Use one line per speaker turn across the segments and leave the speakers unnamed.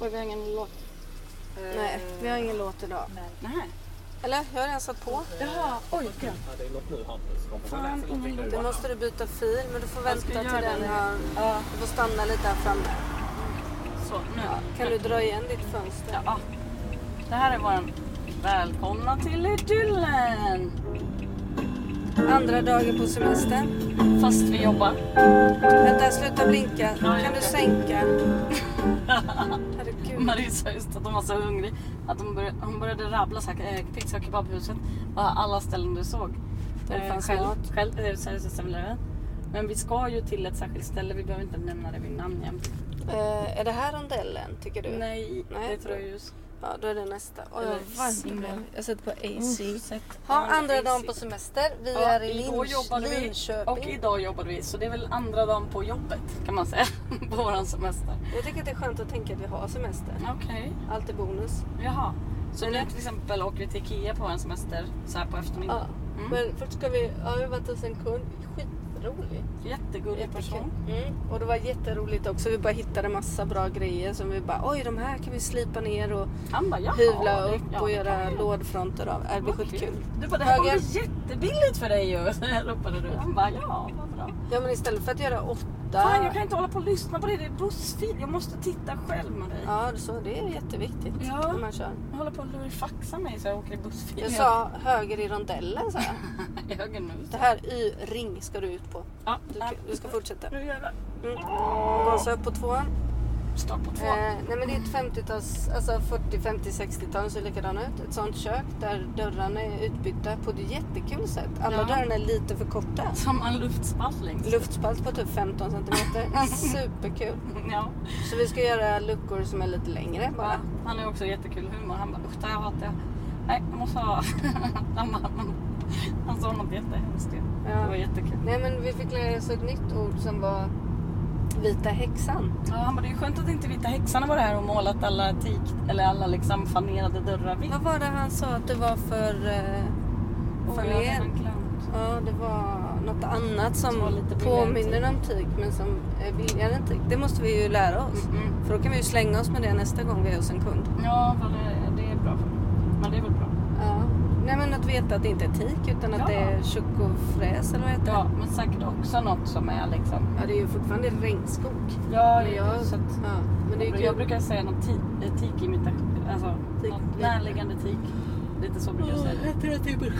Oj, vi har ingen låt. Nej, vi har ingen låt idag.
Nej.
Eller? Jag har redan satt på.
Jaha, oj.
Ja,
gud.
det är något nu Hampus. Kom,
Fan,
läs
ingen
ingenting nu.
Då måste du byta fil, men du får vänta
ska
till
göra
den
det.
har...
Ja,
Du får stanna lite här framme.
så nu.
Kan du dra igen ditt fönster?
Ja. Det här är våran Välkomna till Idyllen!
Andra dagen på semester.
Fast vi jobbar.
Vänta, sluta blinka.
Ja,
Kan
jag
du
vet.
sänka? Herregud.
Marie sa just att hon var så hungrig att hon började, hon började rabbla så här, eh, pizza och kebabhuset. Bara alla ställen du såg.
Där det
Eh,
fanns
själv,
mat.
själv, eh, så här, så här, så här. Men vi ska ju till ett särskilt ställe. Vi behöver inte nämna det vid namn jämt.
Eh, är det här rondellen, tycker du?
Nej,
Nej.
det tror jag just.
Ja, då är det nästa. Oj,
Eller
vad varmt det
singel.
blev. Jag sätter på AC.
Sett.
Ha, andra
Ja,
dagen på
exakt.
semester. Vi
Ja,
är i
igår
Linköping.
jobbade vi
Linköping.
Och idag jobbar vi. Så det är väl andra dagen på jobbet kan man säga. på våran semester.
Jag tycker att det är skönt att tänka att vi har semester.
Okej.
Allt är bonus.
Jaha. Så nu till exempel åker vi till Ikea på en semester så här på
Ja.
eftermiddagen. Mm.
Men först ska vi... Ja, vi har varit hos en kund. Skitrolig.
Jättegullig
Jättekul.
person.
Mm. Och det var jätteroligt också. Vi bara hittade massa bra grejer som vi bara oj de här kan vi slipa ner och
Han bara, jaha.
hyvla
det-
upp
ja,
och
det kan
göra
vi göra.
lådfronter av. Äh, Det blir
Vad
skitkul.
Du bara, det här kommer
Höger.
bli jättebilligt för dig ju. Så här ropade du. Han bara, ja vad bra.
Ja men istället för att göra åtta.
Fan jag kan inte hålla på och lyssna på det. Det är bussfil. Jag måste titta själv med dig.
Ja så det är jätteviktigt
Ja.
när man kör.
Jag håller på att lurifaxa mig så jag åker i bussfil.
Jag sa höger i rondellen sa jag.
I höger nu.
Det här Y-ring ska du ut på.
Ja,
Du,
ja.
du ska fortsätta.
Nu jävlar.
Mm. Gasa upp på tvåan.
Start på två.
Eh, nej men det är ett 50-tals, alltså 40, 50, 60-tal ser likadana ut. Ett sånt kök där dörrarna är utbytta på ett jättekul sätt. Alla
Ja.
dörrarna är lite för korta.
Som en luftspaltning.
Luftspalt på typ 15 centimeter. Superkul.
Ja.
Så vi ska göra luckor som är lite längre bara.
Ja, Han har också jättekul humor. Han bara usch det här hatar jag. Nej jag måste ha. han, bara, han sa något jättehemskt ju. Det var
Ja.
jättekul.
Nej men vi fick lära oss ett nytt ord som var vita häxan.
Ja, han bara det är ju skönt att inte vita häxan har varit här och målat alla tik eller alla liksom fanerade dörrar vitt.
Vad var det han sa att det var för... Eh,
Och jag har
fler?
redan glömt.
Ja, det var något annat som
Som var lite billigare
påminner om tyg men som är billigare än tyg. Det måste vi ju lära oss.
Mm.
För då kan vi ju slänga oss med det nästa gång vi är hos en kund.
Ja vad det, det är bra för mig. Men det är väl bra.
Ja. Nej men att veta att det inte är tik utan att
Ja.
det är tjockkofräs eller vad heter
Ja
det?
men säkert också något som är liksom.
Ja det är ju fortfarande regnskog.
Ja,
Men jag-
så att,
Ja. Men det är ju typ-
jag
kul.
brukar säga någon ti- eh, tikimitation. Alltså
Tik-
något närliggande tik. Lite så brukar jag säga det.
Brukar...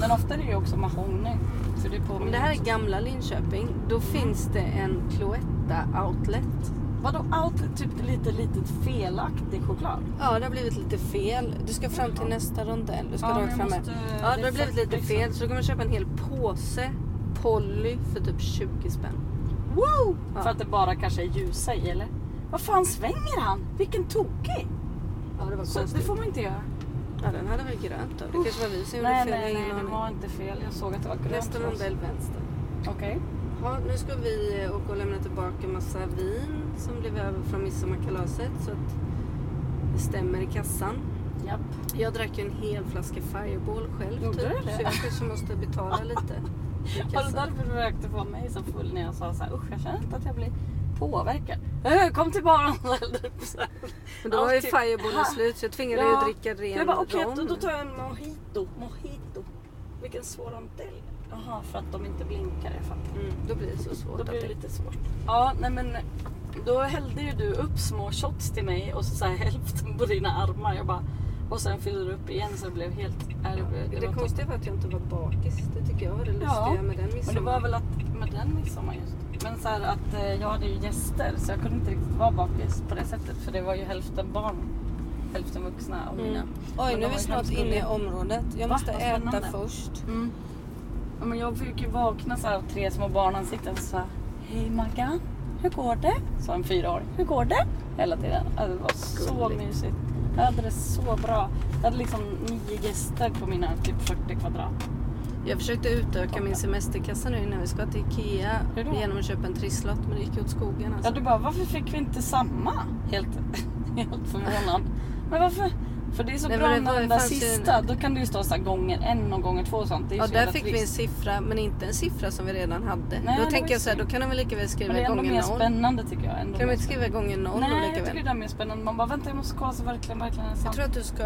Men ofta är det ju också mahogny. Så det påminner
Om typ- Mm. det här är
också.
gamla Linköping då finns det en Cloetta outlet.
Vadå allt typ lite litet felaktig choklad?
Ja det har blivit lite fel. Du ska fram till nästa rondell. Du ska
Ja, men
rakt
jag
fram här.
måste- eh, liksom.
Ja, det
det
har
är
blivit lite
40
fel. Så då kan man köpa en hel påse Polly för typ 20 spänn. Wow! Ja.
För att det bara kanske är ljusa i eller? Vad fan svänger han? Vilken tokig!
ja, det var
Så det
konstigt.
får man inte göra.
Ja, den hade väl grönt då? Det kanske var vi som gjorde
Nej
fel. jag har
nej nej,
ingen
det
aning.
var inte fel. Jag såg att det var grönt.
Nästa
för oss.
rondell vänster.
Okej.
Ja, nu ska vi eh, åka och lämna tillbaka massa vin som blev över från midsommarkalaset så att det stämmer i kassan.
Japp.
Jag drack ju en hel flaska Fireball själv typ.
Gjorde du det?
så jag kanske måste betala lite. i
Var det
kassan.
därför du försökte få mig så full när jag sa så här, usch jag känner inte att jag blir påverkad. "Eh, Kom till baren och hällde upp så här.
Men då var ju
Alltid-
Fireballen slut så jag tvingade
Ja.
ju dricka ren
Jag bara okej
rom.
då, då tar jag en mojito. Mojito. Vilken svår rondell. Jaha för att de inte blinkar jag fattar.
Mm, då blir det så svårt
Då
att
blir det
det...
lite svårt. Ja, nej men då hällde ju du upp små shots till mig och så, så här hälften på dina armar. Jag bara, och sen fyllde du upp igen så det blev helt... Äh, det, blev- det
Det
var
konstiga var att jag inte var bakis. Det tycker jag var det lustiga
Ja.
med den
toppen. men det var
midsommaren.
väl att, med den midsommar just. Men så här att eh, jag hade ju gäster så jag kunde inte riktigt vara bakis på det sättet för det var ju hälften barn, hälften vuxna och mina.
Mm. Oj,
Men
nu är
de var
vi
ju
snart
hemskt
inne i
gulliga.
området. Jag
Va?
måste
Vad
äta
spännande.
först.
Mm. Ja, men jag fick ju vakna så här av tre små barnansikten och så här, Hej Maggan, hur går det? Sa en fyraåring. Hur går det? Hela tiden. Alltså, det var så
Gulligt.
mysigt. Jag hade det så bra. Jag hade liksom nio gäster på mina typ 40 kvadrat.
Jag försökte utöka min semesterkassa nu innan vi ska till IKEA
Hur då?
genom att köpa en trisslott men det gick åt skogen
Ja,
alltså.
du bara, varför fick vi inte samma? Helt, helt förvånad. Men varför? För det är så
Nej,
bra
men det
med
var-
den där
fanns ju en-
sista. Då kan det ju stå så här gånger en och gånger två och sånt. Det är ju
Ja,
så
där
jävla
fick vi en
trist.
siffra, men inte en siffra som vi redan hade.
Nej,
då
det
tänker
var
jag så här, då
synd.
kan de väl lika väl
Men det är
skriva
ändå
gånger
mer
noll.
spännande tycker jag. Ändå
Kan de
mer
inte skriva gånger noll då
Nej,
lika
jag
väl?
tycker det är mer spännande. Man bara vänta jag måste kolla så verkligen, verkligen är det
Jag
sant.
tror att du ska...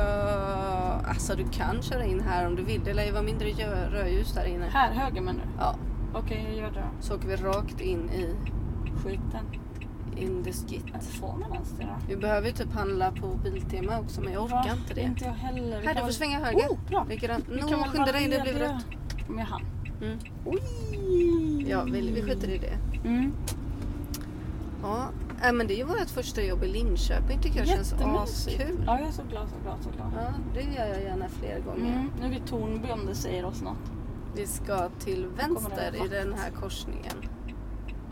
Alltså du kan köra in här om du vill. Det lär ju vara mindre gö- rödljus där inne.
Här, höger menar du?
Ja,
Okej, jag gör det då.
så åker vi rakt in i
Skiten.
in the skit.
Äh, Får man ens det då?
Vi behöver ju typ handla på Biltema också men jag orkar
Va?
inte det.
Inte jag heller. Vi
Här,
kan
du får
väl-
svänga höger.
Oh, bra.
Vi kan,
Vi
no,
kan väl
skynda
bara
dig, det blir
lediga-
rött.
Om jag hann.
Mm.
Oj!
Ja, vi, vi skiter i det.
Mm.
Ja, äh, men det är ju vårt första jobb i Linköping tycker jag känns
Jättemysigt.
askul.
Ja, jag är så glad, så glad, så glad.
Ja, det gör jag gärna fler gånger.
Mm. Nu är vi i Tornby om det säger oss något.
Vi ska till
Kommer det
vänster i
vatten?
den här korsningen.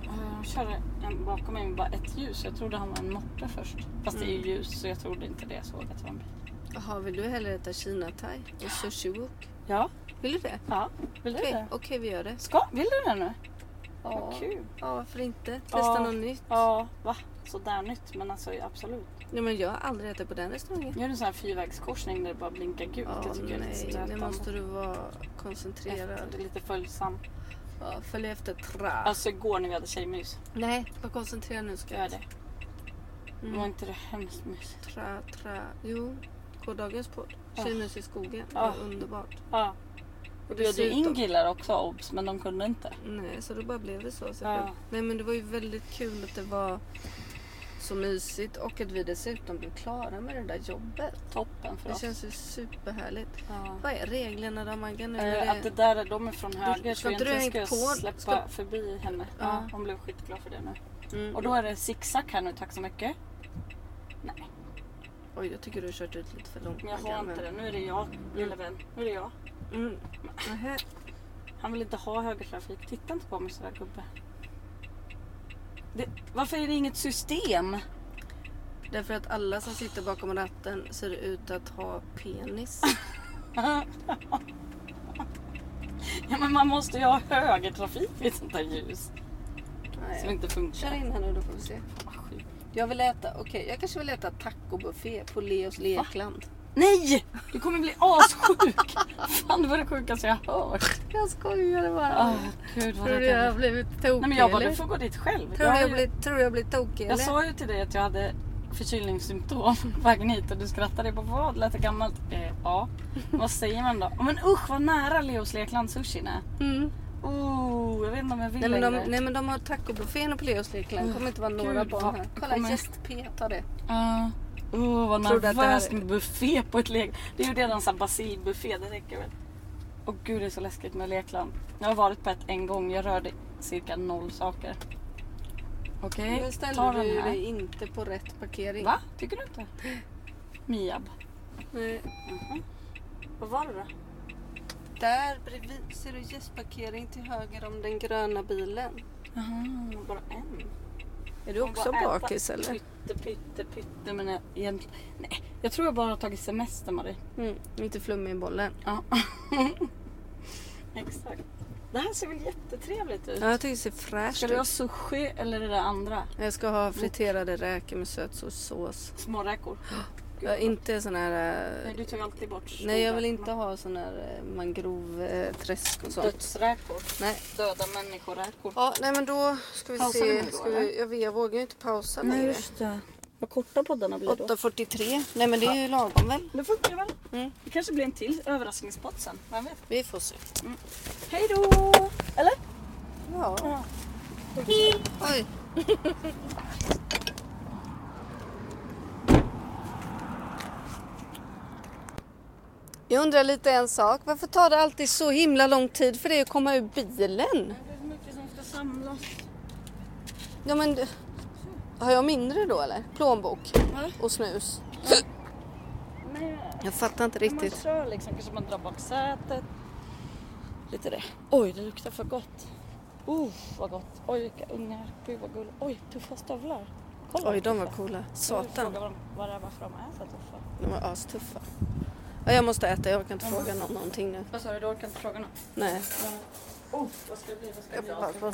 Eh, Jag körde en bakom mig med bara ett ljus. Jag trodde han var en moppe först. Fast det är
Mm.
ju ljus så jag trodde inte det. Jag såg att det var en bil.
Jaha, vill du hellre äta kinathai och sushi wok?
Ja.
Vill du det?
ja. Vill du
Okej,
det?
okej, vi gör det.
Ska? Vill du det nu?
Ja,
Vad kul.
ja varför inte? Testa
Ja.
något nytt.
Ja, va? Sådär nytt. Men alltså absolut.
Nej, men jag har aldrig ätit på den restaurangen.
Nu är det en sån här fyrvägskorsning där det bara blinkar gult.
Ja,
det tycker jag är lite
nej,
stötande.
nu måste du vara
Efter,
koncentrerad.
det är lite följsam.
Ja, följ efter tra.
Alltså igår när vi hade tjejmys.
Nej, var koncentrerad nu ska
Gör
jag.
det.
Mm.
Var inte det hemskt mysigt?
Tra, tra. Jo, gårdagens podd.
Ah.
Tjejmys i skogen. Det
Ah.
var underbart.
Ja. Vi bjöd ju
dessutom-
in killar också obs men de kunde inte.
Nej, så då bara blev det så. så
Ja.
det- Nej, men det var ju väldigt kul att det var så mysigt och att vi dessutom blev klara med det där jobbet.
Toppen för
Det
oss.
känns ju superhärligt.
Ja.
Vad är reglerna då Maggan? Nu
Eh,
när
Att det där är de är från höger
ska
så
inte du
egentligen
hängt
ska jag
på?
släppa
Ska-
förbi henne.
Ja.
Ja. Hon blev skitglad för det nu.
Mm.
Och då är det zigzag här nu, tack så mycket. Nej,
Oj, jag tycker du har kört ut lite för långt
men jag har
Maggan,
inte
men-
det. Nu är det jag, lille vän. Nu är det jag.
Mm. Nähä.
Han vill inte ha högertrafik. Titta inte på mig sådär gubbe. Det, varför är det inget system?
Därför att alla som sitter bakom ratten ser ut att ha penis.
Ja, men man måste ju ha högertrafik vid sånt här ljus. Som
Nej.
inte funkar.
Kör in här nu då får vi se.
Ah, skit.
Jag vill äta, okej jag kanske vill äta tacobuffé på Leos lekland.
Nej! Du kommer bli assjuk! Fan det var det sjukaste jag har hört.
Jag skojade bara.
Åh gud vad
tror du
rädd jag
jag har
blev.
blivit tokig
Nej men jag bara,
eller?
du får gå dit själv.
Tror du
har
jag,
ju-
blir, tror du jag blir tokig
jag
eller?
sa ju till dig att jag hade förkylningssymptom på vägen hit och du skrattade. Jag bara, vad lät det gammalt? Eh, ja. Vad säger man då? Men usch vad nära Leos lekland sushin är.
Mm.
Oh, jag vet inte om jag vill
Nej, men
längre.
de, nej men de har tacobuffén på Leos lekland. Det kommer inte vara några
Gud,
barn
vad-
här.
det
Kolla
kommer-
gäst-P tar det.
Ja. Åh, vad
Tror du att det här
nervöst
är-
med buffé på ett lek. Det är ju redan såhär basilbuffé, det räcker väl. Åh gud det är så läskigt med lekland. Jag har varit på ett en gång, jag rörde cirka noll saker. Okej,
Nu
ta
ställer
den
du ju
här.
dig inte på rätt parkering.
Va? Tycker du inte? Miab.
Nej.
Vad var det då?
Där bredvid ser du gästparkering till höger om den gröna bilen.
Aha, bara en.
Är du också
Bara äta
bakis eller?
Pytte, pytte, pytte. Men jag, egentligen... Nej, jag tror jag bara har tagit semester Marie.
Mm, inte flummig i bollen.
Ja. Exakt. Det här ser väl jättetrevligt ut?
Ja, jag tycker det ser fräscht
Ska du ha
ut.
sushi eller det där andra?
Jag ska ha friterade räkor med sötsåssås.
Små räkor.
Jag har inte sån här... eh,
Nej, du tar ju alltid bort stora.
Nej, jag vill inte ha sån här eh, mangroveträsk och sånt.
Dödsräkor.
Nej.
Döda människoräkor.
Ja, nej men då ska vi
Pausar vi
se.
nu då,
ska vi, jag, vet, jag vågar ju inte pausa längre.
det. Vad korta poddarna blir då.
8.43. Nej men det är ju lagom väl?
Det funkar väl.
Mm.
Det kanske blir en till överraskningspodd sen. Vem vet?
Vi får se.
Hej då! Eller?
Ja.
Ja.
Oj. Jag undrar lite en sak. Varför tar det alltid så himla lång tid för dig att komma ur bilen?
Det är så mycket som ska samlas.
Ja men... du- Har jag mindre då eller? Plånbok och snus.
Nej,
Jag fattar inte
man
riktigt.
kör liksom. Kanske man drar bak sätet. Lite det. Oj, det luktar för gott. Oh, vad gott. Oj, vilka ungar. Gud, vad gulligt. Oj, tuffa stövlar. Kolla
Oj,
vad
de var
tuffa.
coola.
Jag vill
Satan.
fråga vad de- vad det är varför de är så tuffa.
De var astuffa. Ja, jag måste äta, jag kan inte fråga någon någonting nu.
Vad sa du? Du orkar inte fråga något?
Nej.
Oh, vad ska det bli? Vad ska det bli?
Jag får bara